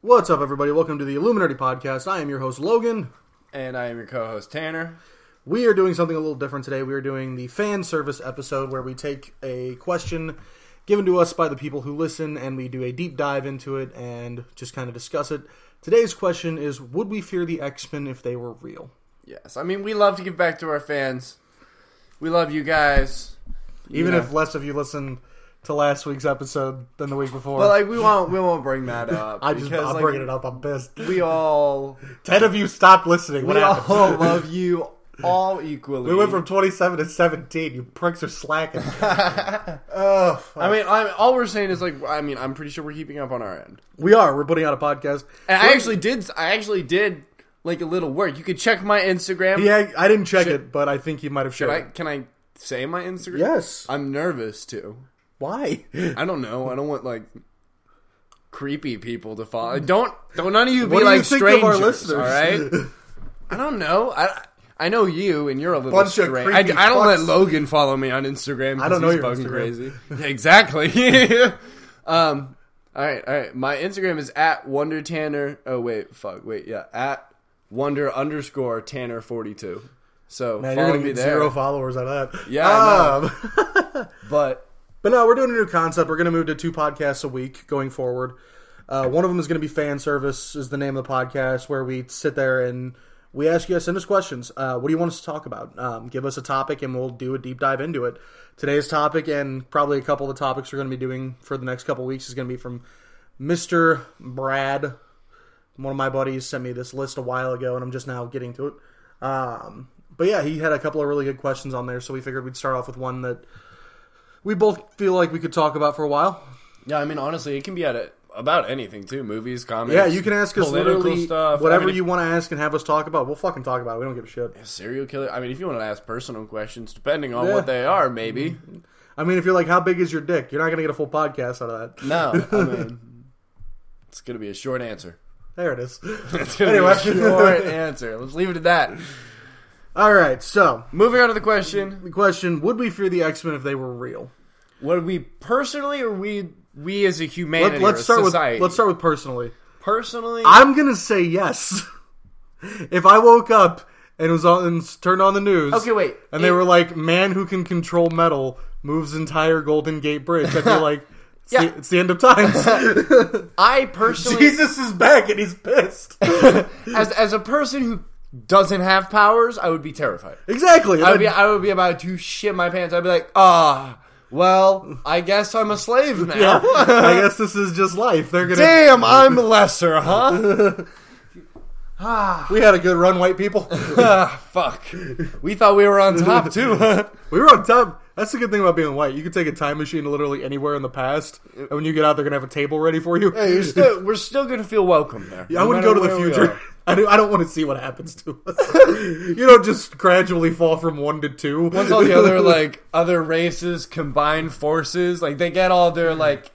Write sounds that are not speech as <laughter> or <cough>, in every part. What's up, everybody? Welcome to the Illuminati Podcast. I am your host, Logan. And I am your co host, Tanner. We are doing something a little different today. We are doing the fan service episode where we take a question given to us by the people who listen and we do a deep dive into it and just kind of discuss it. Today's question is Would we fear the X Men if they were real? Yes, I mean, we love to give back to our fans. We love you guys. You Even know. if less of you listened to last week's episode than the week before. But, like, we won't, we won't <laughs> bring that up. I just, because, I'm like, bringing it up. I'm pissed. We all, Ten of you stopped listening. What we all happened? <laughs> love you all equally. we went from 27 to 17. You pricks are slacking. oh, fuck. I mean, I'm, all we're saying is, like, I mean, I'm pretty sure we're keeping up on our end. We are. We're putting out a podcast. And I actually did, I actually did, like, a little work. You could check my Instagram. Yeah, I didn't check it, but I think you might have Can shared I, it. can I say my Instagram? Yes. I'm nervous, too. <laughs> Why? I don't know. I don't want like creepy people to follow. Don't don't none of you be Mm. What do like you think of strangers. our listeners? <laughs> All right. I don't know. I I know you, and you're a little Bunch of strange. I, creepy I don't let fucks. Logan follow me on Instagram. 'cause I don't know he's your fucking Instagram. <laughs> crazy. Yeah, exactly. <laughs> um. All right. All right. My Instagram is at Wonder Tanner. Oh wait. Fuck. Wait. Yeah. At Wonder underscore Tanner forty two. So Man, you're follow gonna me get there. zero followers on that. Yeah, I know. Um, but but no, we're doing a new concept. We're gonna move to two podcasts a week going forward. Uh, one of them is gonna be fan service. Is the name of the podcast where we sit there and we ask you guys send us questions. Uh, what do you want us to talk about? Um, give us a topic and we'll do a deep dive into it. Today's topic and probably a couple of the topics we're gonna be doing for the next couple of weeks is gonna be from Mister Brad one of my buddies sent me this list a while ago, and I'm just now getting to it. Um, but yeah, he had a couple of really good questions on there, so we figured we'd start off with one that we both feel like we could talk about for a while. yeah, I mean, honestly, it can be at a, about anything too. Movies, comics. Yeah, you can ask us political literally stuff. I whatever mean, you want to ask and have us talk about. We'll fucking talk about it. We don't give a shit. serial killer. I mean, if you want to ask personal questions, depending on Yeah. Mm-hmm. what they are, maybe. I mean, if you're like, how big is your dick? You're not gonna get a full podcast out of that. No, <laughs> I mean, it's gonna be a short answer. <laughs> There it <laughs> is. It's gonna Anyway. be a short answer. Let's leave it at that. All right, so Moving on to the question: the question: Would we fear the X Men if they were real? Would we personally, or we we as a humanity, Let, let's or start society? with let's start with personally. personally. I'm gonna say yes. <laughs> if I woke up and was on and turned on the news, okay, wait. and they were like, "Man who can control metal moves entire Golden Gate Bridge," <laughs> I'd be like, it's, Yeah. the, "It's the end of <laughs> times." I personally, Jesus is back and he's <laughs> pissed. as as a person who doesn't have powers, I would be terrified. exactly. I would be I would be about to shit my pants. I'd be like, ah, well, I guess I'm a slave now. <laughs> yeah, <laughs> I guess this is just life. They're gonna. Damn, I'm lesser, huh? We had a good run, white people. <laughs> ah, fuck. We thought we were on top too. <laughs> we were on top. That's the good thing about being white. You can take a time machine to literally anywhere in the past, and when you get out, they're gonna have a table ready for you. We're still, we're still gonna feel welcome there. <laughs> I no wouldn't go matter to the where we future. are. I don't, <laughs> I don't want to see what happens to us. <laughs> you don't just gradually fall from one to two. Once all <laughs> the other like other races combine forces, like they get all their like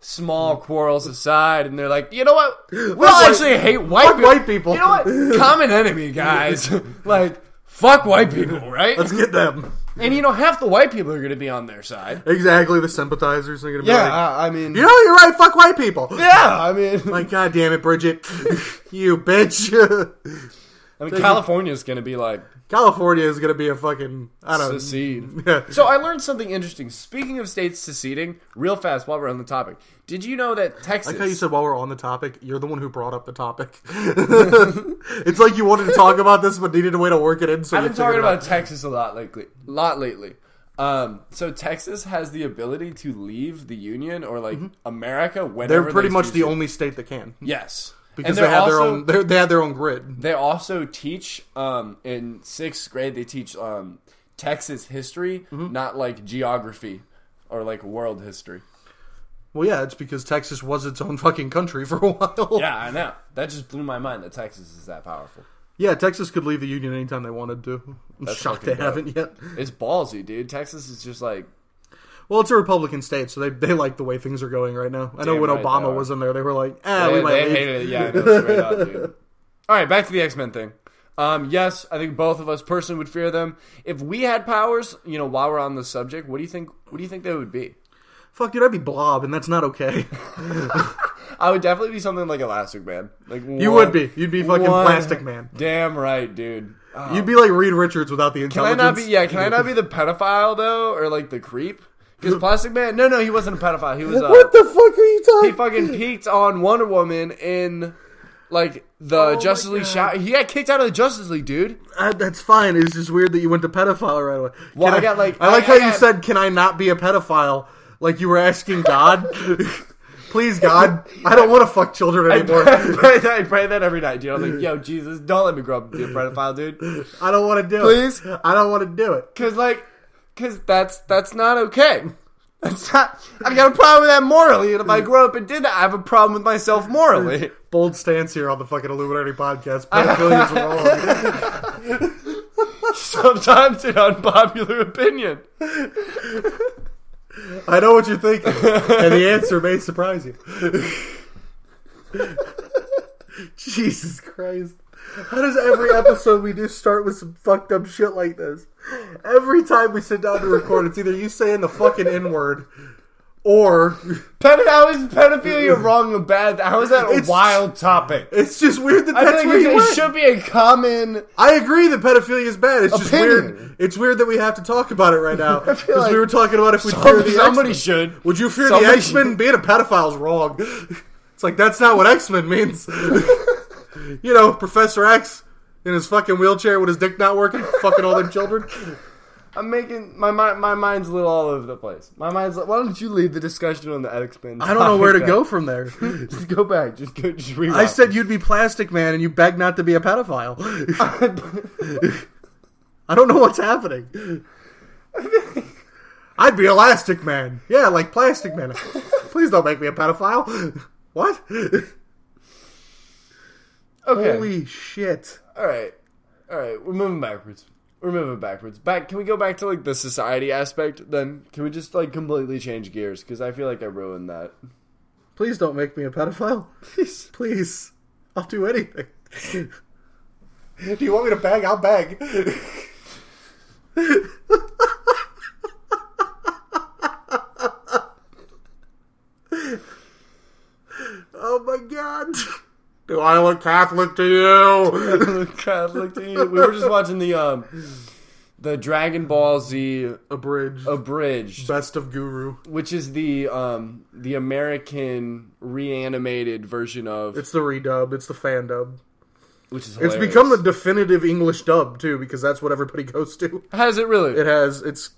small quarrels aside, and they're like, you know what? We do <laughs> Fuck actually hate white fuck peo- white people. You know <laughs> what? Common enemy, guys. <laughs> like fuck white people, right? Let's get them. And you know, half the white people are going to be on their side. Exactly, the sympathizers are going to be like, I, I mean, you know, you're right, fuck white people. yeah, I mean, Like, god damn it, Bridget. <laughs> you bitch. <laughs> I mean, California's going to be like California is going to be a fucking, I don't <laughs> secede. know. So I learned something interesting. Speaking of states seceding, real fast while we're on the topic, did you know that Texas? Like how you said while we're on the topic, you're the one who brought up the topic. <laughs> it's like you wanted to talk about this but needed a way to work it in. So I've you been figured talking it out. about Texas a lot lately. Lot lately. Um, so Texas has the ability to leave the Union or like America whenever Mm-hmm. They're pretty they much choose the to. only state that can. yes because they're they had their also- own they're- they had their own grid. They also teach um, in sixth grade. They teach um, Texas history, Mm-hmm. not like geography or like world history. Well, yeah, it's because Texas was its own fucking country for a while. Yeah, I know. That just blew my mind that Texas is that powerful. Yeah, Texas could leave the union anytime they wanted to. I'm shocked they fucking dope. haven't yet. It's ballsy, dude. Texas is just like Well, it's a Republican state, so they they like the way things are going right now. I know Damn when right they Obama are. was in there, they were like, "Ah, they, we might they leave." hated it. Yeah, I know, straight <laughs> up, dude. All right, back to the X Men thing. Um, yes, I think both of us personally would fear them. If we had powers, you know, while we're on the subject, what do you think? What do you think they would be? Fuck, dude, I'd be blob, and that's not okay. I would definitely be something like Elastic Man. Like You would be. You'd be fucking Plastic Man. Damn right, <laughs> dude. Oh. You'd be like Reed Richards without the can I intelligence. not be? Yeah, can I not <laughs> be the pedophile though, or like the creep? Because Plastic Man, no, no, he wasn't a pedophile. He was. Uh, What the fuck are you talking? he fucking peaked on Wonder Woman in like the my Justice League God. shot. He got kicked out of the Justice League, dude. Uh, that's fine. It's just weird that you went to pedophile right away. Can Well, I got, like- I like I- how I you got- said, "Can I not be a pedophile?" Like you were asking God. <laughs> Please, God, I don't want to fuck children I <laughs> pray, anymore. that, I pray that every night, dude. I'm like, yo, Jesus, don't let me grow up to be a pedophile, dude. <laughs> I don't want to do Please? it. I don't want to do it. Cause like, cause that's that's not okay. That's not. I got a problem with that morally, and if I grow up and did that, I have a problem with myself <laughs> morally. Bold stance here on the fucking Illuminati podcast. Pedophilia is wrong. Sometimes an unpopular opinion. I know what you're thinking, and the answer may surprise <laughs> you. Jesus Christ. How does every episode we do start with some fucked up shit like this? Every time we sit down to record, it's either you saying the fucking N word or Ped- how is pedophilia wrong and bad? How is that a It's- wild topic? it's just weird that I that's think where you it went. should be a common. I agree that pedophilia is bad. It's just Opinion. weird. It's weird that we have to talk about it <laughs> right now because like we were talking about if we fear the somebody X-Men. should. Would you fear the somebody X <laughs> Men? Being a pedophile's wrong. <laughs> It's like that's not what X Men means. <laughs> you know, Professor X in his fucking wheelchair with his dick not working, fucking all them children. I'm making my mind. My mind's a little all over the place. My mind's. Like, why don't you lead the discussion on the X Men? I don't know where to <laughs> go from there. Just go back. Just go. Just rewind. I <laughs> said you'd be Plastic Man, and you beg not to be a pedophile. <laughs> I don't know what's happening. I'd be Elastic Man. Yeah, like Plastic Man. Please don't make me a pedophile. <laughs> What? okay. Holy shit. All right. All right. We're moving backwards. We're moving backwards. Back. Can we go back to like the society aspect? Then can we just like completely change gears? Because I feel like I <laughs> ruined that. Please don't make me a pedophile. Please. Please. I'll do anything. do you want me to bag? I'll bag. oh my god. Do I look Catholic to you? <laughs> <laughs> God, look to you. We were just watching the um, the Dragon Ball Z Abridged. abridged, Best of Guru. which is the um the American reanimated version of It's the redub, it's the fan dub. which is It's hilarious. become the definitive English dub too, because that's what everybody goes to. has it really? It has it's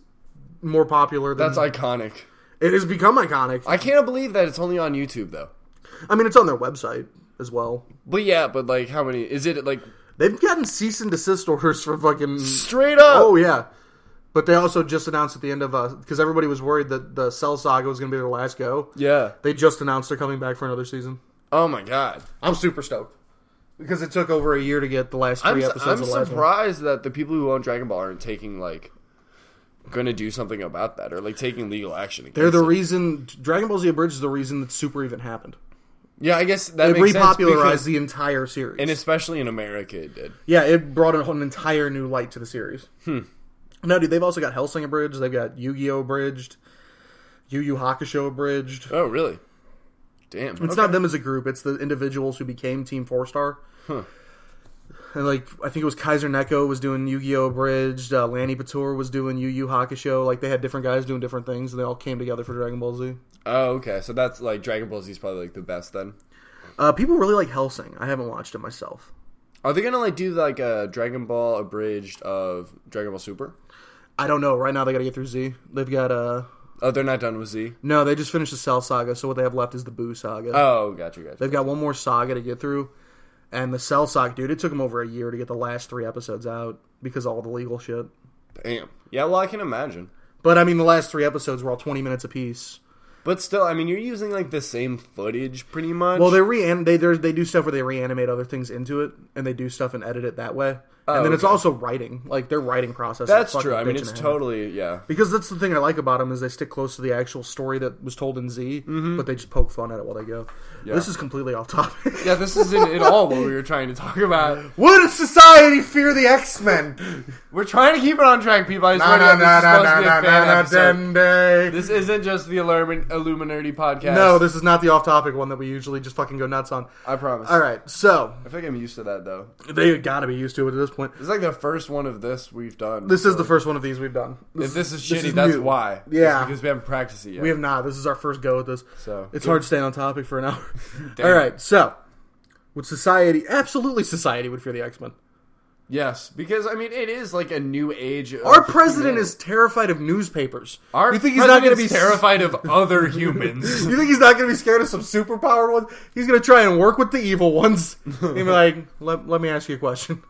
more popular than That's iconic. it has become iconic. I can't believe that it's only on YouTube though. I mean, it's on their website as well. But yeah, but like, how many is it? Like They've gotten cease and desist orders for fucking. straight up. Oh yeah, but they also just announced at the end of uh because everybody was worried that the Cell Saga was going to be their last go. Yeah. They just announced they're coming back for another season. Oh my god. I'm super stoked because it took over a year to get the last 3 I'm, su- episodes. I'm of the last one. surprised that the people who own Dragon Ball aren't taking like gonna do something about that or like taking legal action. Against They're the it. reason Dragon Ball Z Abridged is the reason that Super even happened. yeah. I guess that It makes sense because- repopularized the entire series. and especially in America, it did. Yeah, it brought an, an entire new light to the series. Hmm. No, dude, they've also got Hellsing abridged. They've got Yu Gi Oh abridged, Yu Yu Hakusho abridged. Oh really? Damn. It's Okay. not them as a group; it's the individuals who became Team Four Star. And like, I think it was Kaiser Neko was doing Yu Gi Oh abridged. Uh, Lanny Pator was doing Yu Yu Hakusho. Like, they had different guys doing different things, and they all came together for Dragon Ball Z. Oh, okay. So that's like Dragon Ball Z is probably like the best then. Uh, people really like Hellsing. I haven't watched it myself. Are they gonna like do like a Dragon Ball abridged of Dragon Ball Super? I don't know. Right now, they got to get through Z. They've got uh Oh, they're not done with Z. no, they just finished the Cell Saga, so what they have left is the Boo Saga. Oh, gotcha, gotcha. They've got one more saga to get through, and the Cell Saga, dude. It took them over a year to get the last three episodes out because of all the legal shit. Damn. Yeah, well, I can imagine. But I mean, the last three episodes were all twenty minutes apiece. But still, I mean, you're using like the same footage pretty much. Well, they rean they they're- they do stuff where they reanimate other things into it, and they do stuff and edit it that way. and then it's also writing. Like their writing process. is Oh, That's fucking true. I mean, bitch it's and a half. totally yeah. because that's the thing I like about them is they stick close to the actual story that was told in Z, Mm-hmm. but they just poke fun at it while they go. This is completely off topic. Yeah, this isn't at all what we were trying to talk about. <laughs> Would society fear the X <laughs> Men? We're trying to keep it on track, people. I No, swear to no, God, this no, is no, supposed to no, be a no, fan no, episode. Dende. This isn't just the Illumin- Illuminati podcast. No, this is not the off-topic one that we usually just fucking go nuts on. I promise. All right, so I think I'm used to that though. they got to be used to it at this point. It's like the first one of this we've done. This is so- the first one of these we've done. If this is shitty, is that's new. why. It's Yeah. because we haven't practiced it yet. we have not. This is our first go at this. so It's hard staying on topic for an hour. <laughs> Damn. All right, so would society absolutely society would fear the X Men? Yes, because I mean it is like a new age. Of Our president humanity. is terrified of newspapers. Our you think he's not going to be president's terrified of <laughs> other humans? You think he's not going to be scared of some superpowered ones? He's going to try and work with the evil <laughs> ones. He'll be like, let, let me ask you a question.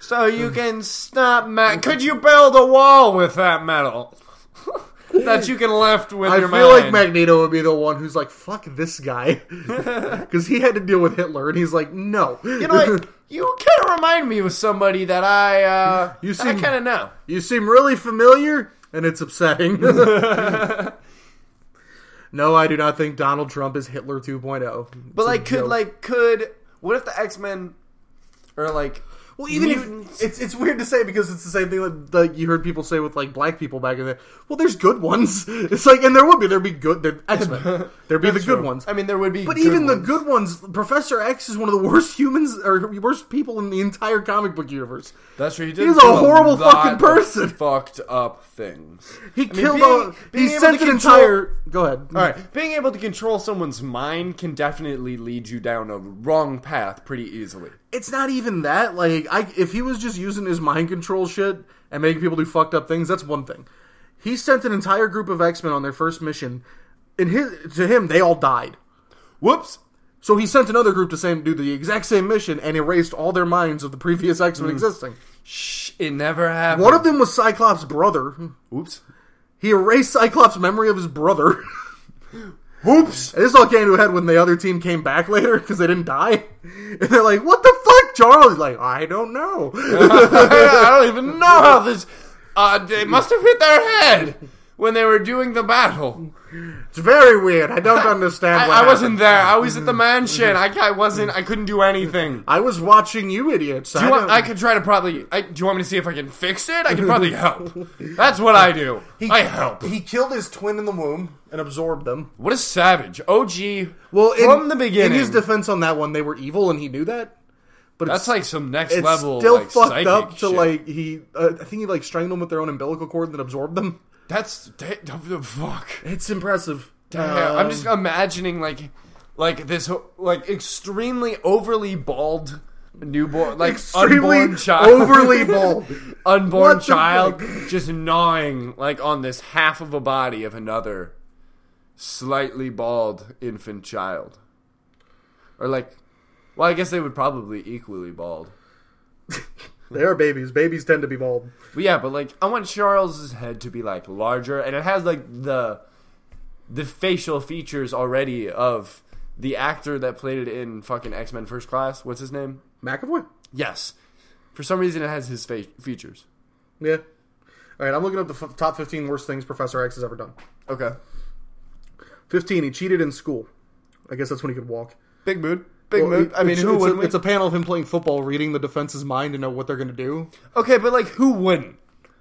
So you can <laughs> stop metal. Could you build a wall with that metal? <laughs> that you can lift with I your feel like Magneto would be the one who's like, fuck this <laughs> guy. <laughs> Because he had to deal with Hitler, and he's like, no. you <laughs> know, like, you kind of remind me of somebody that I uh, You that I seem- kind of know. You seem really familiar, and it's upsetting. <laughs> no, I do not think Donald Trump is Hitler 2.0. But like, a could joke. like could what if the X Men or like Well, even Mutants. if it's it's weird to say because it's the same thing that like, you heard people say with like black people back in the well, there's good ones. <laughs> It's like, and there would be there'd be good there X Men. There'd <laughs> be the good ones. I mean, there would be, But good even the ones. good ones, Professor X is one of the worst humans or worst people in the entire comic book universe. That's true. He did He's a do horrible lot fucking of person. Fucked up things. He mean, killed being- all. being He able sent to an control- entire. Go ahead. All right, being able to control someone's mind can definitely lead you down a wrong path pretty easily. It's not even that. Like, I if he was just using his mind control shit and making people do fucked up things, that's one thing. He sent an entire group of X Men on their first mission, and his to him they all died. Whoops. So he sent another group to same do the exact same mission and erased all their minds of the previous X Hmm. Men existing. Shh, it never happened. One of them was Cyclops' brother. Oops. He erased Cyclops' memory of his brother. <laughs> Oops. And this all came to a head when the other team came back later because they didn't die. <laughs> And they're like, "What the fuck, Charles?" He's like, "I don't know." <laughs> <laughs> I don't even know how this. Uh, they must have hit their head when they were doing the battle. it's very weird. I <laughs> don't understand. I, what I happened." Mm-hmm. wasn't there. I was at the mansion. I, I wasn't. I couldn't do anything. I was watching you, idiots. Do I you want, don't- I could try to probably. I, do you want me to see if I can fix <laughs> it? I can probably help. That's what I do. I help. He killed his twin in the womb and absorbed them. What a savage. OG. Well, in, from the beginning. in his defense on that one, they were evil, and he knew that. But That's it's, like some next it's level. still like, fucked psychic up to shit. like he. Uh, I think he like strangled them with their own umbilical cord and then absorbed them. That's that, the fuck. It's impressive. Damn, I'm Um, just imagining like, like this ho- like extremely overly bald newborn, like extremely unborn child, <laughs> overly bold. What unborn the child, <laughs> just gnawing like on this half of a body of another slightly bald infant child, or like, well, I guess they would probably equally bald. They are babies. Babies tend to be bald. But yeah, but like I want Charles's head to be like larger, and it has like the the facial features already of the actor that played it in fucking X Men First Class. What's his name? McAvoy. Yes. For some reason, it has his face features. Yeah. All right, I'm looking up the f- top 15 worst things Professor X has ever done. Okay. 15, he cheated in school. I guess that's when he could walk. Big mood. Big Well, mood. it- I mean, it's, who it's wouldn't? a, it's a panel of him playing football, reading the defense's mind to know what they're going to do. okay, but like, who wouldn't?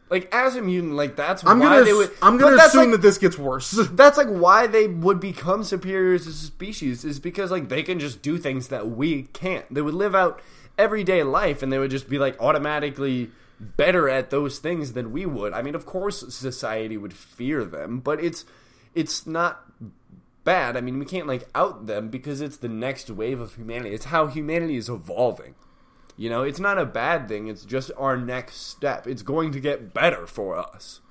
Like, as a mutant, like that's I'm why going they to would. I'm but going to that's, assume that like, this gets worse. <laughs> that's like why they would become superior as a species is because like they can just do things that we can't. They would live out everyday life and they would just be like automatically better at those things than we would. I mean, of course society would fear them, but it's it's not bad. I mean, we can't like out them because it's the next wave of humanity. It's how humanity is evolving. You know, it's not a bad thing. It's just our next step. It's going to get better for us.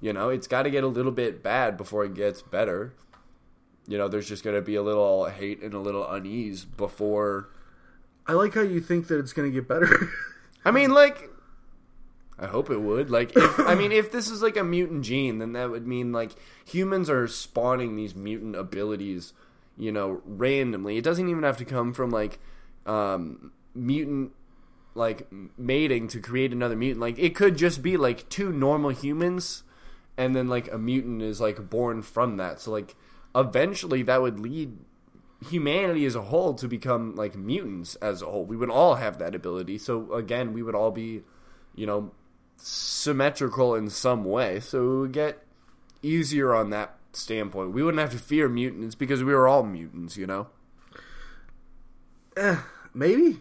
You know, it's got to get a little bit bad before it gets better. You know, there's just going to be a little hate and a little unease before. I like how you think that it's going to get better. <laughs> I mean, like, I hope it would. Like, if, I mean, if this is like a mutant gene, then that would mean like humans are spawning these mutant abilities, you know, randomly. It doesn't even have to come from like um, mutant like m- mating to create another mutant. Like it could just be like two normal humans, and then like a mutant is like born from that. So like eventually that would lead humanity as a whole to become like mutants as a whole. We would all have that ability. So again, we would all be, you know, symmetrical in some way. So it would get easier on that standpoint. We wouldn't have to fear mutants because we were all mutants, you know. Eh, Maybe.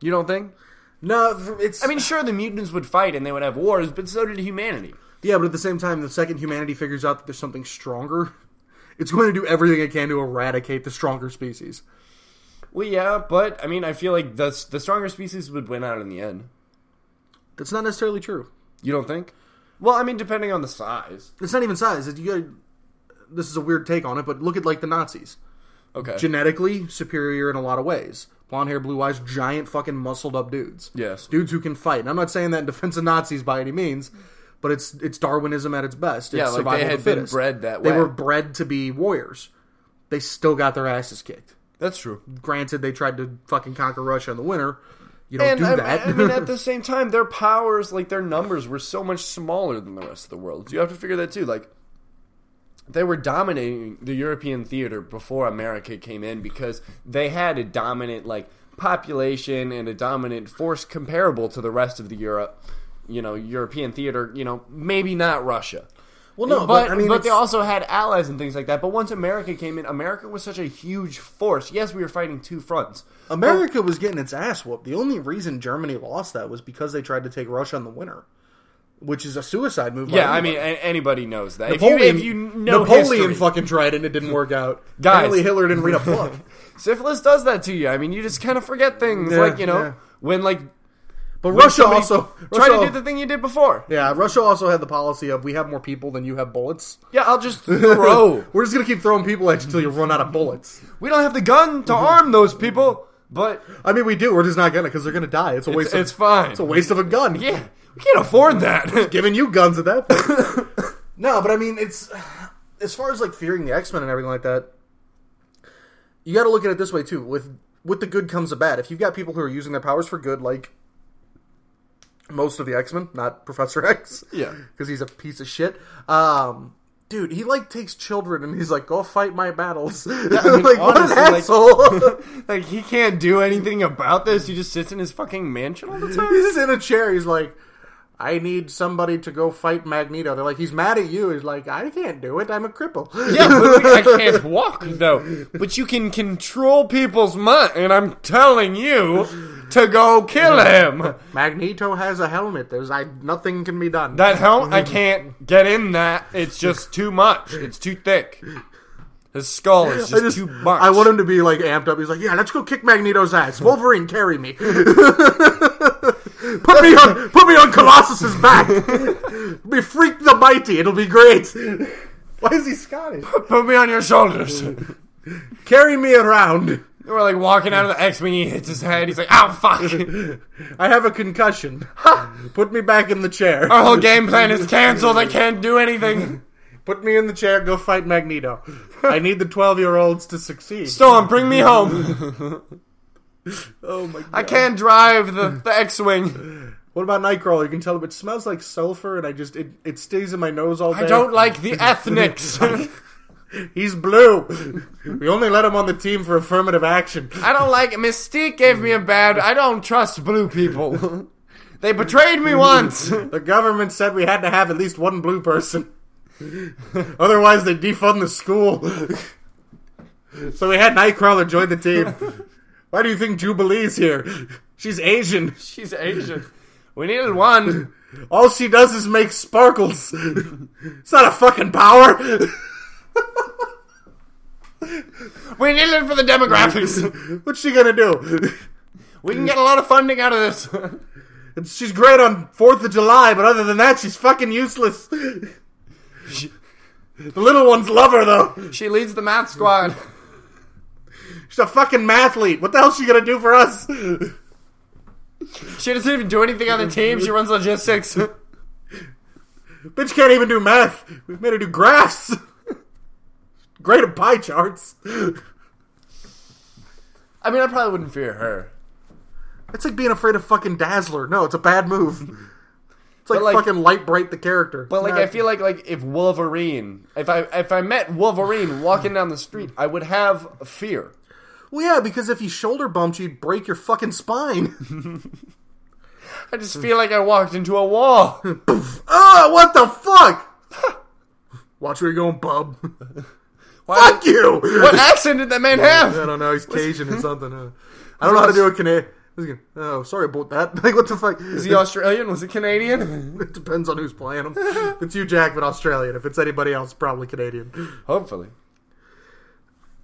You don't think? No, f- it's. I mean, sure, the mutants would fight and they would have wars, but so did humanity. yeah, but at the same time, the second humanity figures out that there's something stronger, it's going to do everything it can to eradicate the stronger species. Well, yeah, but I mean, I feel like the the stronger species would win out in the end. That's not necessarily true. You don't think? Well, I mean, depending on the size. It's not even size. It's, you got this is a weird take on it, but look at like the Nazis. Okay. Genetically superior in a lot of ways. Blonde hair, blue eyes, giant fucking muscled up dudes. yes. dudes who can fight. And I'm not saying that in defense of Nazis by any means, but it's it's Darwinism at its best. It's Yeah, like, they survival of had the been fittest. bred that They way. were bred to be warriors. They still got their asses kicked. That's true. Granted, they tried to fucking conquer Russia in the winter. You don't and do I, that. I <laughs> mean, at the same time, their powers, like their numbers, were so much smaller than the rest of the world. You have to figure that too. Like, they were dominating the European theater before America came in because they had a dominant like population and a dominant force comparable to the rest of the Europe. You know, European theater. You know, maybe not Russia. well, No, but but, they it's- also had allies and things like that. But once America came in, America was such a huge force. Yes, we were fighting two fronts. America was getting its ass whooped. The only reason Germany lost that was because they tried to take Russia in the winter, which is a suicide move. by Yeah, I anybody. mean, a- anybody knows that. Napoleon, if, you, if you know Napoleon history, fucking tried it and it didn't work out. Guys. Apparently Hitler didn't read a <laughs> book. syphilis does that to you. I mean, you just kind of forget things, Yeah, like you know, yeah. when like But when Russia somebody also try Russia- to do the thing you did before. Yeah, Russia also had the policy of we have more people than you have <laughs> bullets. Yeah, I'll just <laughs> throw. We're just gonna keep throwing people at you until you run out of bullets. we don't have the gun to Mm-hmm. arm those people, but I mean, we do. We're just not gonna because they're gonna die. It's a waste. it's, of, it's fine. It's a waste of a gun. yeah, we can't <laughs> afford that. <laughs> giving you guns at that point. no, but I mean, it's as far as like fearing the X Men and everything like that. You got to look at it this way too. With with the good comes the bad. If you've got people who are using their powers for good, like most of the X Men, not <laughs> Professor X, Yeah. because he's a piece of shit. Um, dude, he like takes children and he's like, "Go fight my battles." <laughs> I mean, like honestly, what an like- <laughs> asshole. <laughs> like he can't do anything about this. He just sits in his fucking mansion <laughs> all the time. he's just in a chair. He's like, I need somebody to go fight Magneto. They're like, he's mad at you. He's like, I can't do it. I'm a cripple. Yeah, but <laughs> like, I can't walk though. But you can control people's mind, and I'm telling you to go kill him. Magneto has a helmet. There's I nothing can be done. That helmet, I can't get in that. It's just too much. It's too thick. His skull is I just- just, too much. I want him to be like amped up. He's like, yeah, let's go kick Magneto's ass. Wolverine, carry me. <laughs> put me on, put me on Colossus's back. <laughs> be freak the mighty. It'll be great. <laughs> Why is he Scottish? put me on your shoulders. Carry me around. <laughs> We're like walking out of the X Wing. He hits his head. He's like, "Ow, <laughs> fuck!" I have a concussion. <laughs> Put me back in the chair. Our whole game plan is canceled. I can't do anything. Put me in the chair, go fight Magneto. I need the 12 year olds to succeed. Storm, bring me home. oh my god. I can't drive the, the X Wing. What about Nightcrawler? You can tell him it smells like sulfur and I just, it, it stays in my nose all day. I don't like the <laughs> ethnics. He's blue. <laughs> we only let him on the team for affirmative action. I don't like Mystique gave me a bad. I don't trust blue people. they betrayed me once. The government said we had to have at least one blue person. <laughs> Otherwise, they defund the school. <laughs> so we had Nightcrawler join the <laughs> team. Why do you think Jubilee's here? She's Asian. She's Asian. We needed one. All she does is make sparkles. <laughs> it's not a fucking power. <laughs> We needed it for the demographics. What's she gonna do? <laughs> We can get a lot of funding out of this. And She's great on Fourth of July, but other than that, she's fucking useless. <laughs> The she, little ones love her though. she leads the math squad. She's a fucking mathlete. What the hell's she gonna do for us? She doesn't even do anything on the team. She runs logistics. Bitch can't even do math. We've made her do graphs. <laughs> great at pie charts. I mean, I probably wouldn't fear her. It's like being afraid of fucking Dazzler. No, it's a bad move. It's like, like- fucking light bright the character. But like No, I feel like like if Wolverine, if I if I met Wolverine walking down the street, I would have fear. Well, yeah, because if he shoulder bumped you, would break your fucking spine. <laughs> I just feel like I walked into a wall. Ah, what the fuck? <laughs> Watch where you're going, bub. Why- fuck you. What accent did that man I have? don't know. He's Cajun <laughs> or something. huh? I don't know how to do a Canadian. Oh, sorry about that. <laughs> Like, what the fuck? Was he Australian? Was he Canadian? <laughs> It depends on who's playing him. If it's you, Jack, but Australian. If it's anybody else, probably Canadian. Hopefully.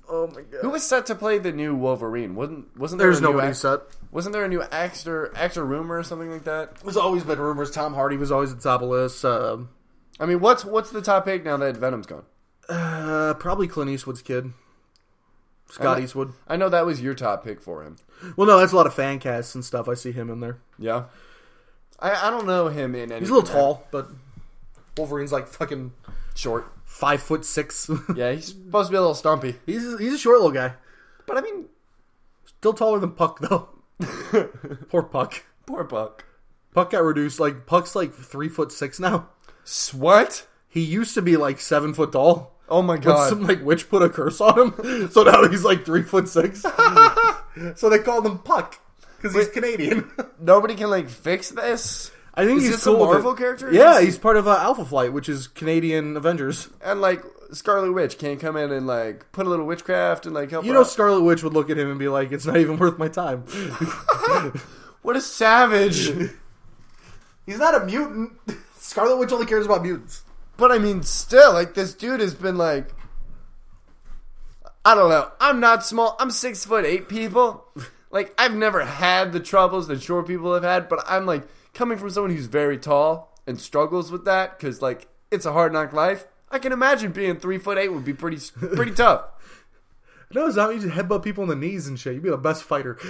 Oh my god. Who was set to play the new Wolverine? wasn't Wasn't there There's a new nobody ac- set. Wasn't there a new actor actor rumor or something like that? There's always been rumors. Tom Hardy was always at the top of the list. Um, I mean, what's what's the top pick now that Venom's gone? uh, probably Clint Eastwood's kid. Scott I- Eastwood. I know that was your top pick for him. Well, no, that's a lot of fan casts and stuff. I see him in there. Yeah. I, I don't know him in any. He's a little tall, but Wolverine's like fucking short. five foot six. Yeah, he's supposed to be a little stumpy. <laughs> he's he's a short little guy. But I mean, Still taller than Puck though. <laughs> Poor Puck. poor Buck. Puck got reduced. Like Puck's like three foot six now. S- What? He used to be like seven foot tall. Oh my But god. some like witch put a curse on him, so now he's like three foot <laughs> six. so they called him Puck because he's Canadian. Nobody can like fix this. I think Is he's this cool a with it. Marvel character? Yeah, he's part of uh, Alpha Flight, which is Canadian Avengers. And like Scarlet Witch can't come in and like put a little witchcraft and like help. You her know, out. Scarlet Witch would look at him and be like, "It's not even worth my time." what a savage. <laughs> he's not a mutant. <laughs> Scarlet Witch only cares about mutants. but I mean, still, like this dude has been like. I don't know. I'm not small. I'm six foot eight. People, like I've never had the troubles that short people have had. But I'm like coming from someone who's very tall and struggles with that because like it's a hard knock life. I can imagine being three foot eight would be pretty pretty tough. No, it's not. You just headbutt people in the knees and shit. You'd be the best fighter. <laughs>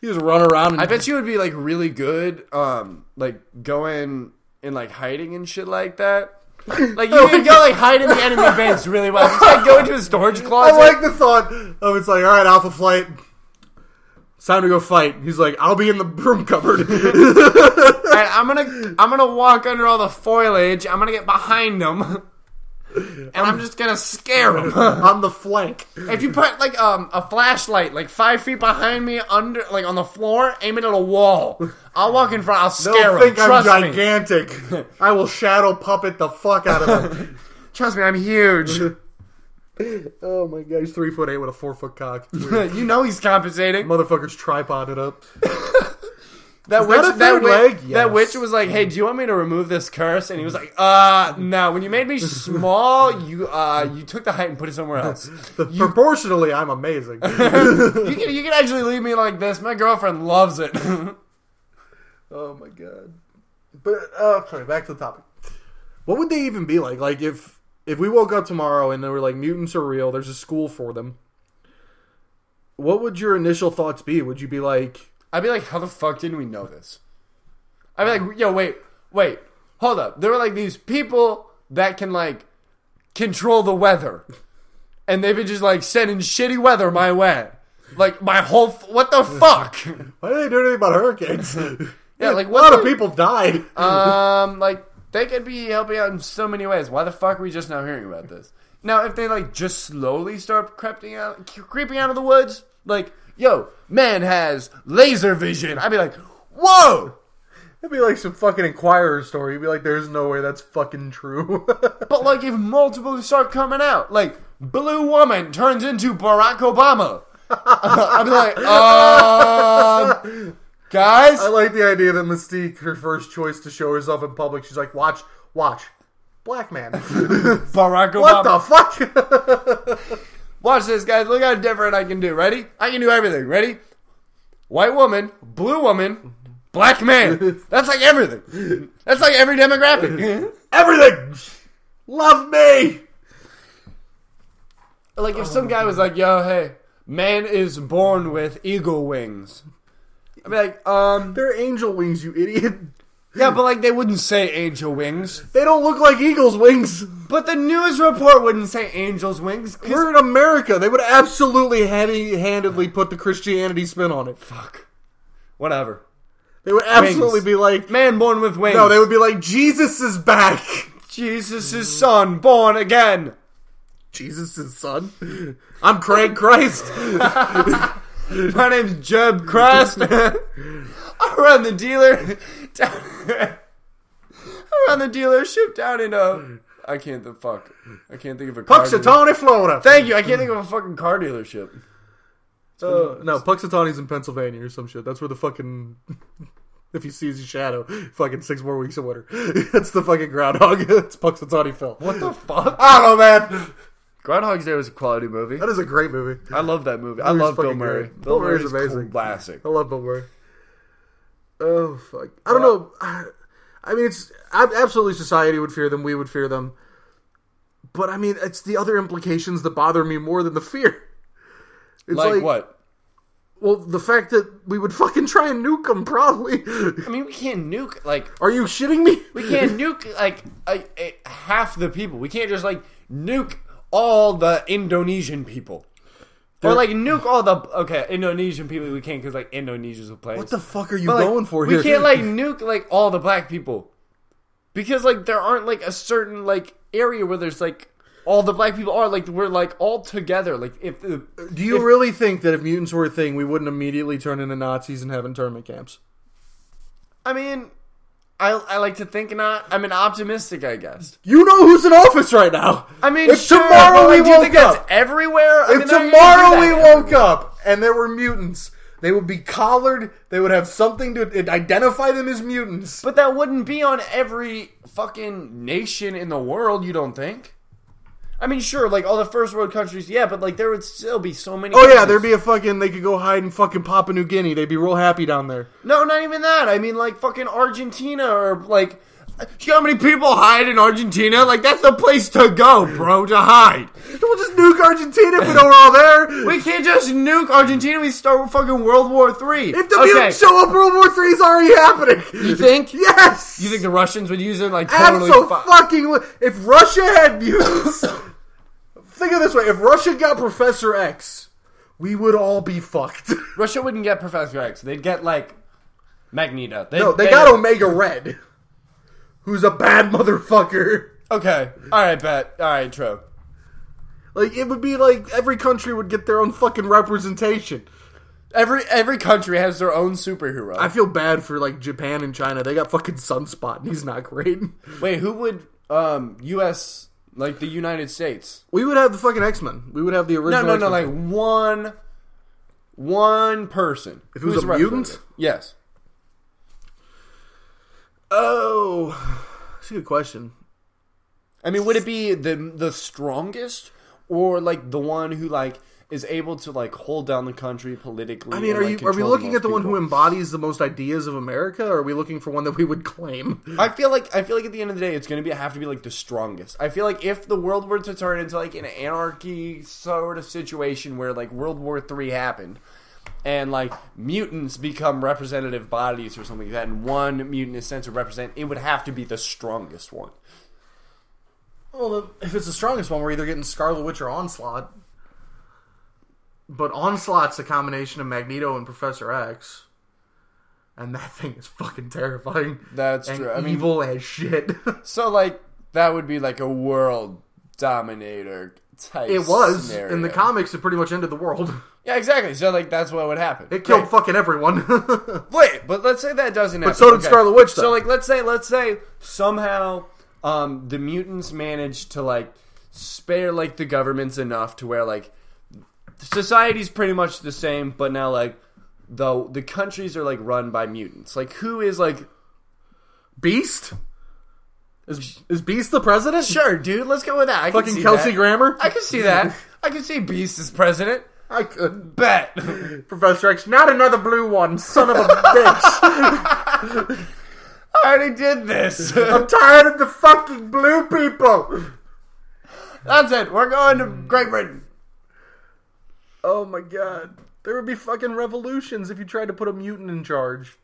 you just run around. And I bet you would be like really good, um, like going and like hiding and shit like that. Like you could go like hide in the enemy base really well. Just like go into a storage closet. I like the thought of it's like, all right, Alpha Flight, it's time to go fight. He's like, I'll be in the broom cupboard. <laughs> And I'm gonna I'm gonna walk under all the foliage. I'm gonna get behind them, and I'm just gonna scare them. on the flank. if you put like um a flashlight like five feet behind me under like on the floor, aim it at a wall. I'll walk in front. I'll scare Don't them. think I'm Trust me. <laughs> gigantic. I will shadow puppet the fuck out of him. <laughs> Trust me. I'm huge. oh my god, he's three foot eight with a four foot cock. <laughs> you know he's compensating. Motherfucker's tripoded up. That witch, that a that, third witch leg? that Yes. witch was like, "Hey, do you want me to remove this curse?" And he was like, "Uh, no. When you <laughs> made me small, you uh, you took the height and put it <laughs> somewhere else. Proportionally, I'm <laughs> amazing. You can you can actually leave me like this. My girlfriend loves it. <laughs> oh my god. But uh, sorry, back to the topic. What would they even be like? Like if if we woke up tomorrow and they were like mutants are real, there's a school for them. What would your initial thoughts be? Would you be like, I'd be like, how the fuck didn't we know this? I'd be like, yo, wait, wait, hold up. There were like these people that can like control the weather, and they've been just like sending shitty weather my way. Like my whole f- what the fuck? why did they do anything about hurricanes? <laughs> <laughs> Yeah, like a what lot the- of people died. um, like they could be helping out in so many ways. Why the fuck are we just now hearing about this? Now, if they like just slowly start creeping out, creeping out of the woods, like yo, man has laser vision. I'd be like, whoa. It'd be like some fucking Inquirer story. You'd be like, there's no way that's fucking true. <laughs> But like, if multiple start coming out, like blue woman turns into Barack Obama, <laughs> I'd be like, um, guys, I like the idea that Mystique, her first choice to show herself in public, she's like, watch, watch. Black <laughs> man. <laughs> Barack Obama. what the fuck? <laughs> Watch this, guys. Look how different I can do. Ready? I can do everything. Ready? White woman, blue woman, <laughs> black man. That's like everything. That's like every demographic. Everything! Love me! like if some guy was like, "Yo, hey, man is born with eagle wings," I'd be like, "Um, They're angel wings, you idiot. yeah, but like they wouldn't say angel wings, They don't look like eagle's wings. but the news report wouldn't say angels wings." 'cause- We're in America. They would absolutely heavy handedly put the Christianity spin on it. fuck. Whatever. They would absolutely be like, Man born with wings. no, they would be like, Jesus is back. <laughs> Jesus' son born again. Jesus' son. I'm Craig Christ. <laughs> My name's Jeb <laughs> Crest. I run the dealer. <laughs> Down, I run the dealership down in uh. I can't the fuck. I can't think of a car. dealer- Puxatawny, Florida. Thank you. I can't think of a fucking car dealership. Uh, no, Puxatawny's in Pennsylvania or some shit. That's where the fucking. <laughs> If he sees your shadow, fucking six more weeks of winter. <laughs> That's the fucking groundhog. <laughs> it's Puxatawny Phil. <laughs> What the fuck? I don't know, man. Groundhog's Day was a quality movie. That is a great movie. I love that movie. I Movie's love Bill fucking Murray. great. Bill Bill Murray's Murray's amazing. Classic. I love Bill Murray. Oh fuck! I don't know. <sighs> I, I mean, it's ab- absolutely society would fear them. We would fear them. But I mean, it's the other implications that bother me more than the fear. It's Like, what? Well, the fact that we would fucking try and nuke them, probably. <laughs> I mean, we can't nuke like Are you shitting me? we can't nuke like a, a, half the people. We can't just like nuke all the Indonesian people. Or like nuke all the okay Indonesian people we can't because like Indonesia's a place. <laughs> What the fuck are you But, like, going for we here? <laughs> can't like nuke like all the black people because like there aren't like a certain like area where there's like all the black people are like we're like all together like if the Do you really think that if mutants were a thing, we wouldn't immediately turn into Nazis and have internment camps? I mean I I like to think not I'm an optimistic I guess You know who's in office right now. I mean if sure, tomorrow but, we like, do you woke think up, that's everywhere I if mean, they're not tomorrow gonna we do that. woke up and there were mutants, they would be collared. They would have something to identify them as mutants. But that wouldn't be on every fucking nation in the world, you don't think? I mean, sure, like all the first world countries, yeah, but like there would still be so many. Oh yeah, countries. there'd be a fucking. They could go hide in fucking Papua New Guinea. They'd be real happy down there. no, not even that. I mean, like fucking Argentina or like. You know how many people hide in Argentina? Like that's the place to go, bro, to hide. We'll just nuke Argentina if we know we're all there. We can't just nuke Argentina. We start fucking World War Three. if the mutants show up, World War Three is already happening. you think? You Yes. think the Russians would use it like totally? Absolutely fu- fucking. If Russia had mutants, <coughs> think of it this way: if Russia got Professor X, we would all be fucked. <laughs> Russia wouldn't get Professor X. They'd get like Magneto. They'd, No, they they'd- got Omega Red, who's a bad motherfucker. Okay. All right, bet. All right, true. Like it would be like every country would get their own fucking representation. Every every country has their own superhero. I feel bad for like Japan and China. They got fucking Sunspot, and he's not great. Wait, who would um U.S. like the United States? We would have the fucking X Men. We would have the No, original. no, no. X-Men. Like one, one person. If it was Who's a the representative? mutant? yes. oh, that's a good question. I mean, would it be the the strongest or like the one who like is able to like hold down the country politically? I mean, and, are like, you are we control looking most at the one people? who embodies the most ideas of America, or are we looking for one that we would claim? I feel like I feel like at the end of the day, it's going to be have to be like the strongest. I feel like if the world were to turn into like an anarchy sort of situation where like World War Three happened, and like mutants become representative bodies or something like that, and one mutant is sent to represent, it would have to be the strongest one. Well, if it's the strongest one, we're either getting Scarlet Witch or Onslaught. But Onslaught's a combination of Magneto and Professor X, and that <laughs> thing is fucking terrifying. That's and true. I mean- evil as <laughs> shit. So like that would be like a world dominator type. it was scenario. in the comics. It pretty much ended the world. <laughs> Yeah, exactly. So like that's what would happen. It killed Right. fucking everyone. <laughs> Wait, but let's say that doesn't happen. so did Scarlet Witch, though. So like, let's say, let's say somehow um, the mutants managed to like spare like the governments enough to where like society's pretty much the same, but now like the the countries are like run by mutants. Like, who is like? Beast is is Beast the president? Sure, dude, let's go with that. I can Fucking see Kelsey that. Grammer. I can see that. I can see Beast as president. I couldn't. <laughs> Bet. Professor X, not another blue one, son of a <laughs> bitch. I already <laughs> did this. I'm tired of the fucking blue people. That's it. We're going to Great Britain. Oh my god. There would be fucking revolutions if you tried to put a mutant in charge.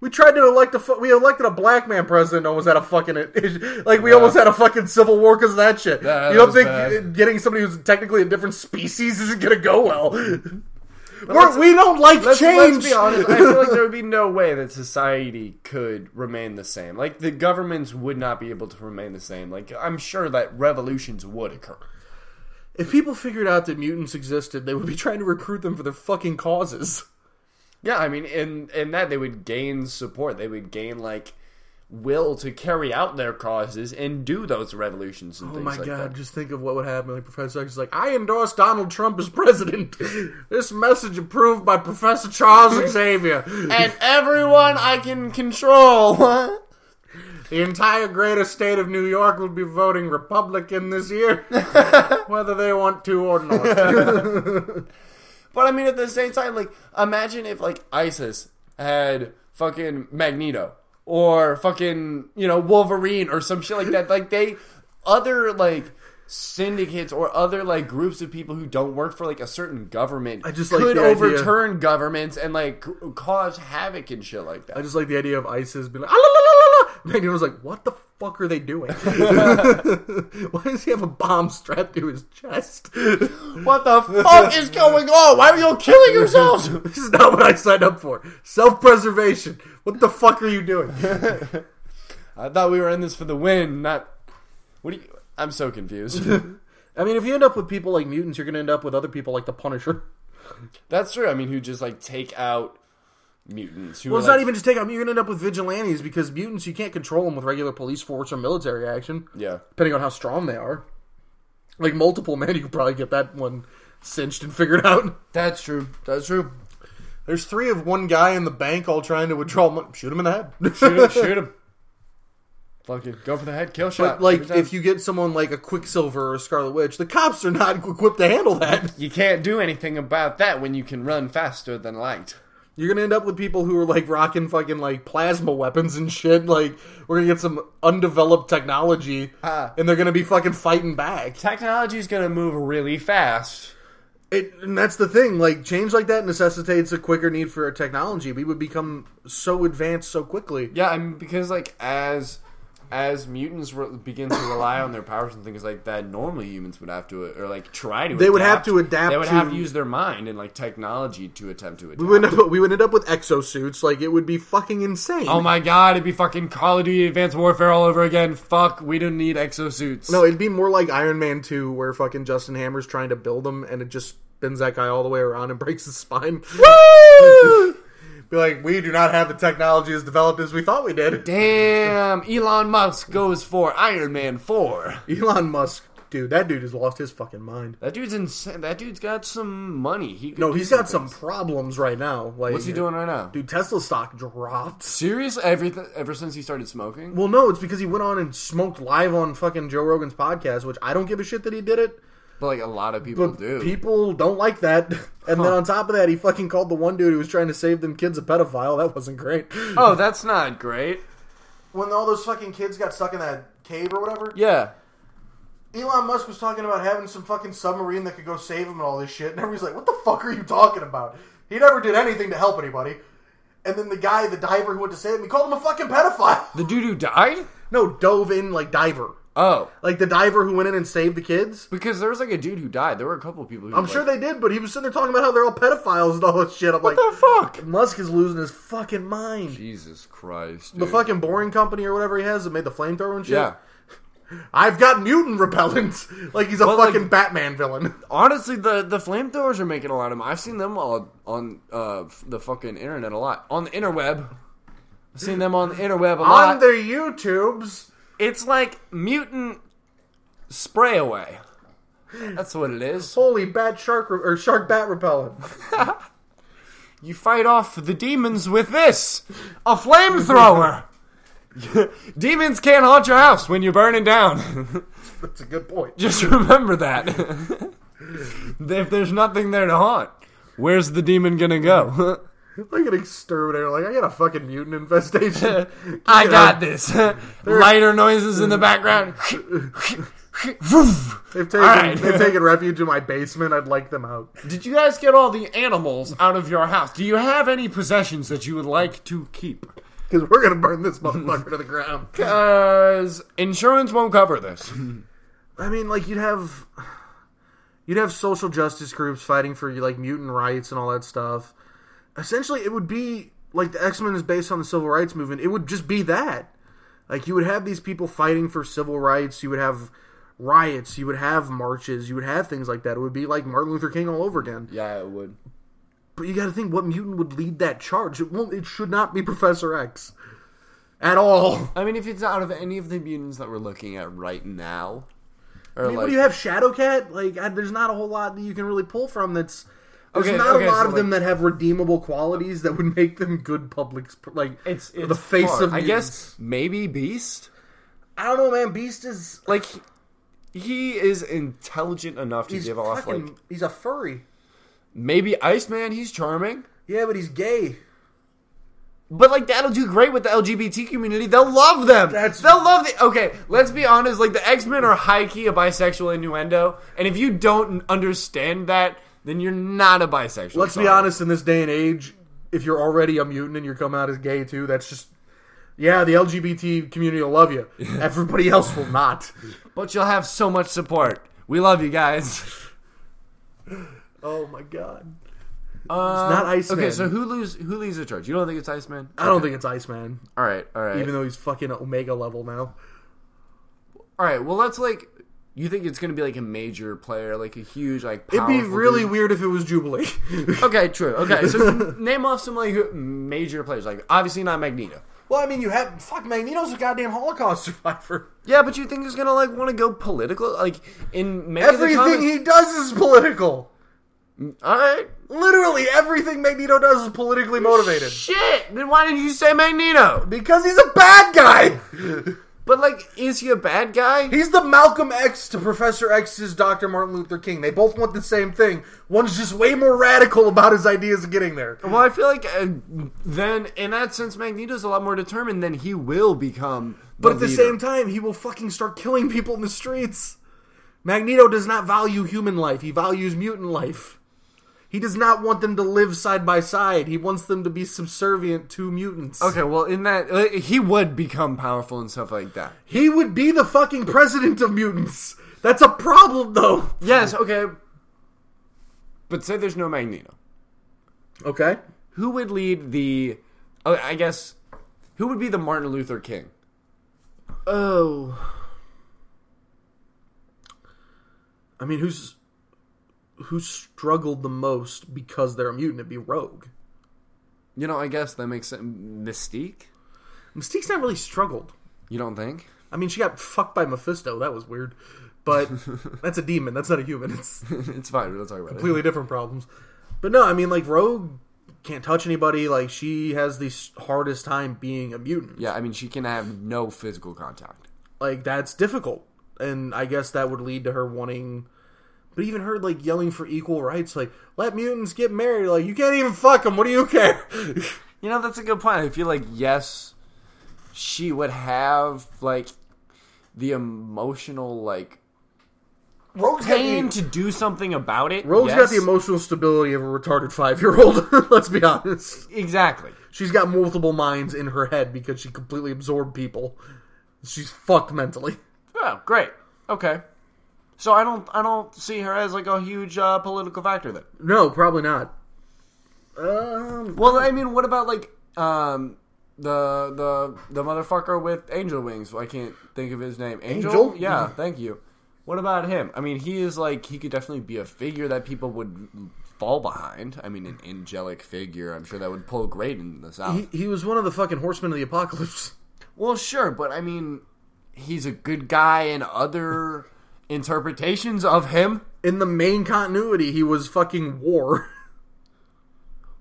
We tried to elect a fu- we elected a black man president almost had a fucking <laughs> like we almost had a fucking civil war because of that shit. That you don't was think <laughs> bad. getting somebody who's technically a different species isn't gonna go well? We're, we don't like Let's, change. let's be honest. I feel like <laughs> there would be no way that society could remain the same. Like the governments would not be able to remain the same. Like I'm sure that revolutions would occur. If people figured out that mutants existed, they would be trying to recruit them for their fucking causes. Yeah, I mean, in in that they would gain support. They would gain like will to carry out their causes and do those revolutions and Oh things my like god, that. just think of what would happen. Like Professor X is like, I endorse Donald Trump as <laughs> president. this message approved by Professor Charles Xavier. And everyone I can control. <laughs> the entire greater state of New York will be voting Republican this <laughs> year. whether they want to or not. But I mean, at the same time, like, imagine if like ISIS had fucking Magneto or fucking you know Wolverine or some shit like that. Like they other like syndicates or other like groups of people who don't work for like a certain government I just like could the idea- overturn governments and like c- cause havoc and shit like that. I just like the idea of ISIS being like, ah, la, la, la, la, la. Magneto was like, what the fuck are they doing? <laughs> <laughs> Why does he have a bomb strapped to his chest? <laughs> What the fuck is going on? Why are you all <laughs> killing yourselves? This is not what I signed up for. Self preservation. What the fuck are you doing? I thought we were in this for the win, not. What do you? I'm so confused. <laughs> I mean, if you end up with people like mutants, you're going to end up with other people like the Punisher. That's true. I mean, who just like take out mutants? Who Well, are it's like, not even just take them. You're going to end up with vigilantes because mutants, you can't control them with regular police force or military action, Yeah, depending on how strong they are. Like multiple men, <laughs> you could probably get that one cinched and figured out. that's true. That's true. There's three of one guy in the bank all trying to withdraw money. Shoot him in the head. <laughs> Shoot him. shoot him. Fucking go for the head. Kill shot. But like, Every if time. you get someone like a Quicksilver or a Scarlet Witch, the cops are not equipped to handle that. you can't do anything about that when you can run faster than light. You're gonna end up with people who are like rocking fucking like plasma weapons and shit. Like we're gonna get some undeveloped technology, Ah. and they're gonna be fucking fighting back. Technology's gonna move really fast. It, and that's the thing. Like change like that necessitates a quicker need for technology. We would become so advanced so quickly. Yeah, I mean, because like as as mutants re- begin to rely on their powers and things like that, normally humans would have to or like try to. They would have to adapt They would have to- to use their mind and like technology to attempt to adapt. We would, end up, we would end up with exosuits. Like it would be fucking insane. Oh my god, it'd be fucking Call of Duty Advanced Warfare all over again. Fuck, we don't need exosuits. No, it'd be more like Iron Man 2, where fucking Justin Hammer's trying to build him, and it just spins that guy all the way around and <laughs> breaks his spine. Woo! be like, we do not have the technology as developed as we thought we did. Damn, Elon Musk goes for Iron Man 4. <laughs> Elon Musk, dude, that dude has lost his fucking mind. That dude's insane. That dude's got some money. He could No, do he's got some things. problems right now. Like, What's he doing right now? Dude, Tesla stock dropped. Seriously, everything ever since he started smoking? Well, no, it's because he went on and smoked live on fucking Joe Rogan's podcast, which I don't give a shit that he did it. But like a lot of Oh, people do. People don't like that. <laughs> And then on top of that, he fucking called the one dude who was trying to save them kids a pedophile. That wasn't great. oh, that's not great. When all those fucking kids got stuck in that cave or whatever, Yeah. Elon Musk was talking about having some fucking submarine that could go save them and all this shit. And everybody's like, what the fuck are you talking about? He never did anything to help anybody. And then the guy, the diver who went to save him, he called him a fucking pedophile. <laughs> The dude who died? No, dove in like diver. Oh. Like the diver who went in and saved the kids. Because there was like a dude who died. There were a couple of people who I'm sure they did, but he was sitting there talking about how they're all pedophiles and all this shit. I'm like, the fuck? Musk is losing his fucking mind. Jesus Christ. The dude. fucking boring company or whatever he has that made the flamethrower and shit. Yeah. I've got mutant repellents. <laughs> Like he's a Well, like- fucking Batman <laughs> villain. Honestly, the the flamethrowers are making a lot of money. I've seen them all on uh, f- the fucking internet a lot on the interweb. I've seen them on the interweb a lot. On their YouTubes. it's like mutant spray away. That's what it is. Holy bat shark re- or shark bat repellent. <laughs> You fight off the demons with this a flamethrower. <laughs> demons can't haunt your house when you're burning down. <laughs> That's a good point. Just remember that. <laughs> if there's nothing there to haunt, where's the demon gonna go? <laughs> Like an exterminator. Like I got a fucking mutant infestation. <laughs> <laughs> I got <laughs> this. Lighter noises in <laughs> the background. They've taken Alright. they've taken refuge in my basement. I'd like them out. Did you guys get all the animals out of your house? Do you have any possessions that you would like to keep? Because we're gonna burn <laughs> this motherfucker to the ground. Because insurance won't cover this. I mean, like you'd have You'd have social justice groups fighting for like mutant rights and all that stuff. Essentially, it would be like the X Men is based on the civil rights movement. It would just be that. Like you would have these people fighting for civil rights. You would have riots. You would have marches. You would have things like that. It would be like Martin Luther King all over again. <laughs> Yeah, it would. But you got to think what mutant would lead that charge. It won't. It should not be <laughs> Professor X at all. I mean, if it's out of any of the mutants that we're looking at right now, or I mean, like, what do you have Shadowcat? Like, I, there's not a whole lot that you can really pull from. That's there's Okay, not okay, a lot so, of them that have redeemable qualities that would make them good public. sp- Like, it's, it's the face hard. of I mutants. guess maybe Beast. I don't know, man. Beast is Like he is intelligent enough to he's give off fucking. like he's a furry. maybe Iceman. He's charming. Yeah, but he's gay. But like that'll do great with the LGBT community. They'll love them. That's- They'll love the. Okay, let's be honest. Like the X Men are high key a bisexual innuendo, and if you don't understand that, then you're not a bisexual. Let's Sorry. be honest. In this day and age, if you're already a mutant and you're coming out as gay too, that's just. Yeah, the LGBT community will love <laughs> you. Everybody else will not. But you'll have so much support. We love you <laughs> guys. Oh my god! Uh, not Iceman. Okay, so who lose who leads the charge? You don't think it's Iceman? I don't think it's Iceman, All right, all right, even though he's fucking Omega level now. all right. Well, let's like. You think it's gonna be like a major player, like a huge, like It'd be powerful really dude? weird if it was Jubilee. <laughs> okay, true. Okay, so name off some like major players. Like obviously not Magneto. well, I mean, you have fuck Magneto's a goddamn Holocaust survivor. Yeah, but you think he's gonna like want to go political? Like in many of the Everything comics- he does is political. All right. Literally everything Magneto does is politically motivated Shit. Then why did you say Magneto? because he's a bad guy. But like, is he a bad guy? He's the Malcolm X to Professor X's Dr. Martin Luther King. They both want the same thing. One's just way more radical about his ideas of getting there. well, I feel like uh, then in that sense, Magneto's a lot more determined. Then he will become. But at the same time, he will fucking start killing people in the streets. Magneto does not value human life, he values mutant life. He does not want them to live side by side. He wants them to be subservient to mutants. Okay, well, in that uh, he would become powerful and stuff like that. He would be the fucking president of mutants. That's a problem, though. Yes. Okay. But say there's no Magneto. Okay. Who would lead the? Uh, I guess. Who would be the Martin Luther King? Oh. I mean, who's who struggled the most because they're a mutant? It'd be Rogue. You know, I guess that makes sense. Mystique. Mystique's not really struggled. You don't think? <laughs> I mean, she got fucked by Mephisto. That was weird. <laughs> But that's a demon. That's not a human. It's it's fine. We'll talk about it. completely different problems. But no, I mean, like, Rogue can't touch anybody. Like, she has the s- hardest time being a mutant. Yeah, I mean, she can have no physical contact. Like, that's difficult. And I guess that would lead to her wanting. But even her, like, yelling for equal rights, like, let mutants get married. Like, you can't even fuck them. What do you care? You know, that's a good point. I feel like yes, she would have like the emotional like Rogue's pain to do something about it. Rogue's got yes. the emotional stability of a retarded five year old. <laughs> Let's be honest. Exactly. She's got multiple minds in her head because she completely absorbed people. She's fucked mentally. Oh, great. Okay. So I don't I don't see her as like a huge uh, political factor then. No, probably not. Um, Well, I mean, what about like um the the the motherfucker with angel wings? I can't think of his name. Angel? Angel? Yeah, thank you. What about him? I mean, he is like he could definitely be a figure that people would fall behind. I mean, an angelic figure. I'm sure that would pull great in the south. he, he was one of the fucking horsemen of the apocalypse. well, sure, but I mean, he's a good guy in other interpretations of him. In the main continuity, he was fucking war. <laughs>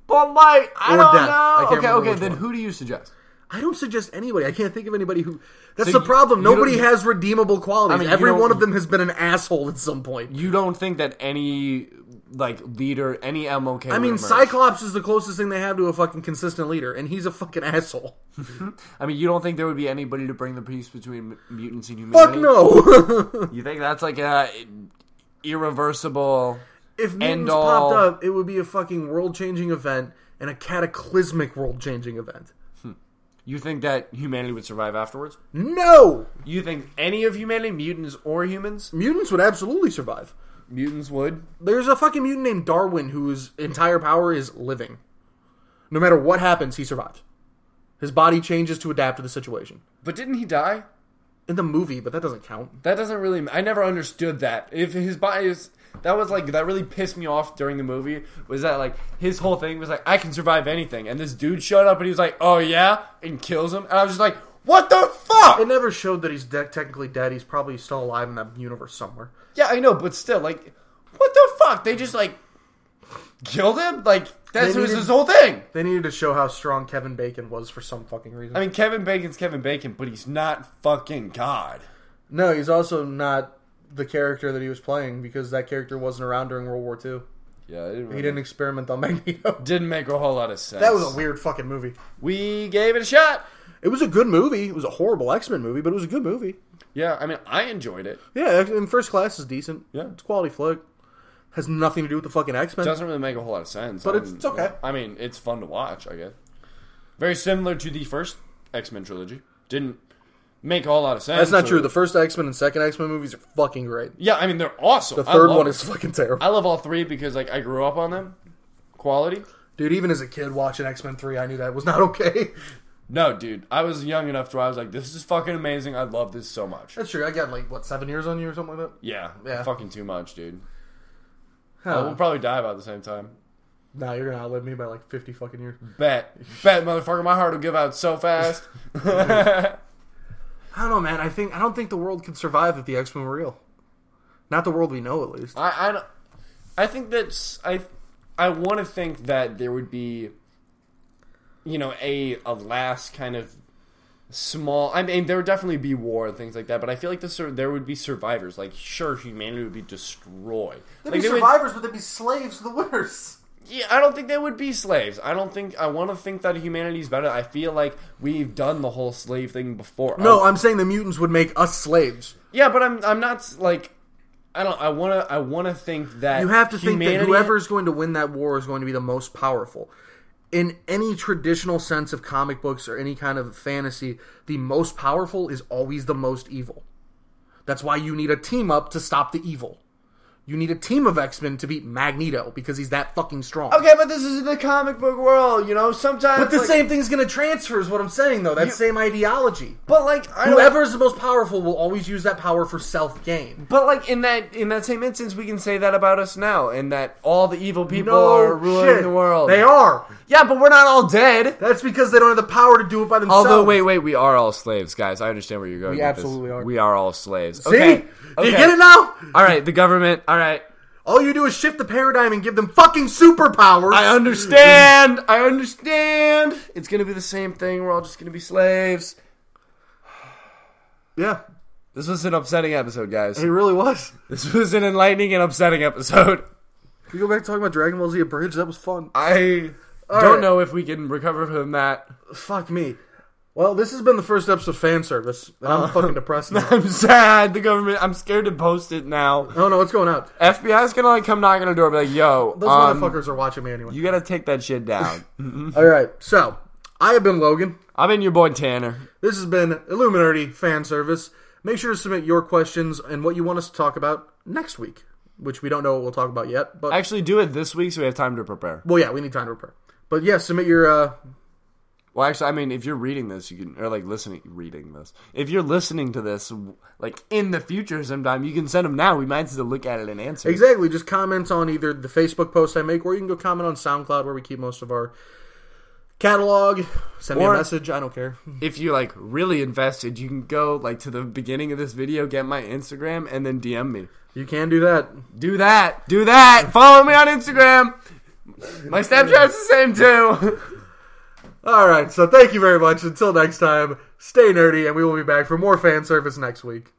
But like, I Or don't death. know. I can't okay, remember okay. which Then one. who do you suggest? I don't suggest anybody. I can't think of anybody who. That's So the you- problem. you don't- Nobody has redeemable qualities. I mean, you Every don't- one of them has been an asshole at some point. You don't think that any like leader, any MLK? I mean, Cyclops is the closest thing they have to a fucking consistent leader, and he's a fucking asshole. I mean, you don't think there would be anybody to bring the peace between m- mutants and Fuck humanity? <laughs> no! You think that's like a irreversible? if End mutants all. popped up, it would be a fucking world changing event and a cataclysmic world changing event. You think that humanity would survive afterwards? No! You think any of humanity, mutants or humans? Mutants would absolutely survive. mutants would. There's a fucking mutant named Darwin whose entire power is living. No matter what happens, he survives. His body changes to adapt to the situation. But didn't he die? In the movie, but that doesn't count. That doesn't really. I never understood that. If his body is. That was like that really pissed me off during the movie. Was that like his whole thing was like I can survive anything, and this dude showed up and he was like, "Oh yeah," and kills him, and I was just like, "What the It fuck?" never showed that he's de- technically dead. He's probably still alive in that universe somewhere. Yeah, I know, but still, like, what the fuck? They just like killed him. Like that They was needed- his whole thing. They needed to show how strong Kevin Bacon was for some fucking reason. I mean, Kevin Bacon's Kevin Bacon, but he's not fucking God. no, he's also not the character that he was playing because that character wasn't around during World War II. Yeah, I didn't. He didn't experiment on <laughs> Magneto. Didn't make a whole lot of sense. That was a weird fucking movie. We gave it a shot. It was a good movie. It was a horrible X Men movie, but it was a good movie. Yeah, I mean, I enjoyed it. Yeah, and First Class is decent. Yeah. it's a quality flick. Has nothing to do with the fucking X Men. Doesn't really make a whole lot of sense. But it's- Um, it's okay. I mean, it's fun to watch, I guess. Very similar to the first X Men trilogy. Didn't make a whole lot of sense. That's not or- true. The first X Men and second X Men movies are fucking great. yeah, I mean, they're awesome. The third one is. is fucking terrible. I love all three because like I grew up on them. Quality. Dude, even as a kid watching X Men three, I knew that was not okay. <laughs> No, dude, I was young enough to where I was like, this is fucking amazing. I love this so much. That's true. I got like what seven years on you or something like that. Yeah, Yeah. fucking too much, dude. Uh, Huh. we'll probably die about the same time. Nah, you're gonna outlive me by like fifty fucking years. Bet, bet, motherfucker, my heart will give out so <laughs> fast. <laughs> I don't know, man. I think I don't think the world could survive if the X Men were real. Not the world we know, at least. I, I, don't- I think that's I, I want to think that there would be, you know, a a last kind of small. I mean, there would definitely be war and things like that, but I feel like the sur- there would be survivors. Like, sure, humanity would be destroyed. like, they would- but they'd be slaves to the winners. yeah, I don't think they would be slaves. I don't think I want to think that humanity's better. I feel like we've done the whole slave thing before. No, I'm saying the mutants would make us slaves. yeah, but I'm I'm not s- like. I don't. I want to. I want to think that You have to think that humanity- whoever is going to win that war is going to be the most powerful. In any traditional sense of comic books or any kind of fantasy, the most powerful is always the most evil. That's why you need a team up to stop the evil. You need a team of X Men to beat Magneto because he's that fucking strong. Okay, but this is the comic book world, you know. Sometimes, But the like, same thing's going to transfer, is what I'm saying, though. That same ideology. but like I don't- Whoever is the most powerful will always use that power for self gain. <laughs> But like in that in that same instance, we can say that about us now, and that all the evil people are ruling the world. They are. Yeah, but we're not all dead. That's because they don't have the power to do it by themselves. Although, wait, wait, we are all slaves, guys. I understand where you're going. We with this. absolutely are. We are all slaves. See? Okay. Do you Okay. get it now? All right, the government. All right, All you do is shift the paradigm and give them fucking superpowers. I understand. I understand. It's gonna be the same thing. We're all just gonna be slaves. yeah, This was an upsetting episode, guys. it really was. This was an enlightening and upsetting episode. Can we go back to talking about Dragon Ball Z Abridged? That was fun. I don't right. know if we can recover from that. <laughs> Fuck me. Well, this has been the first episode of fan service, and Uh-huh. I'm fucking <laughs> depressed now. I'm sad. The government. I'm scared to post it now. Oh no, what's going up? FBI's gonna like come knocking on the door, and be like, "Yo, Those um, motherfuckers are watching me anyway. you gotta take that shit down." All right, so I have been Logan. I've been your boy Tanner. This has been Illuminati fan service. Make sure to submit your questions and what you want us to talk about next week, which we don't know what we'll talk about yet. But Actually, do it this week so we have time to prepare. well, yeah, we need time to prepare. But yeah, submit your uh, Well, actually, I mean, if you're reading this, you can or like listening, reading this. If you're listening to this, like in the future, sometime you can send them now. We might have to look at it and answer. it. Exactly. Just comment on either the Facebook post I make, or you can go comment on SoundCloud where we keep most of our catalog. Send me Or- a message. I don't care. If you like really invested, you can go like to the beginning of this video, get my Instagram, and then DM me. You can do that. Do that. Do that. Follow me on Instagram. My Snapchat's the same too. <laughs> All right. So thank you very much. Until next time, stay nerdy, and we will be back for more fan service next week.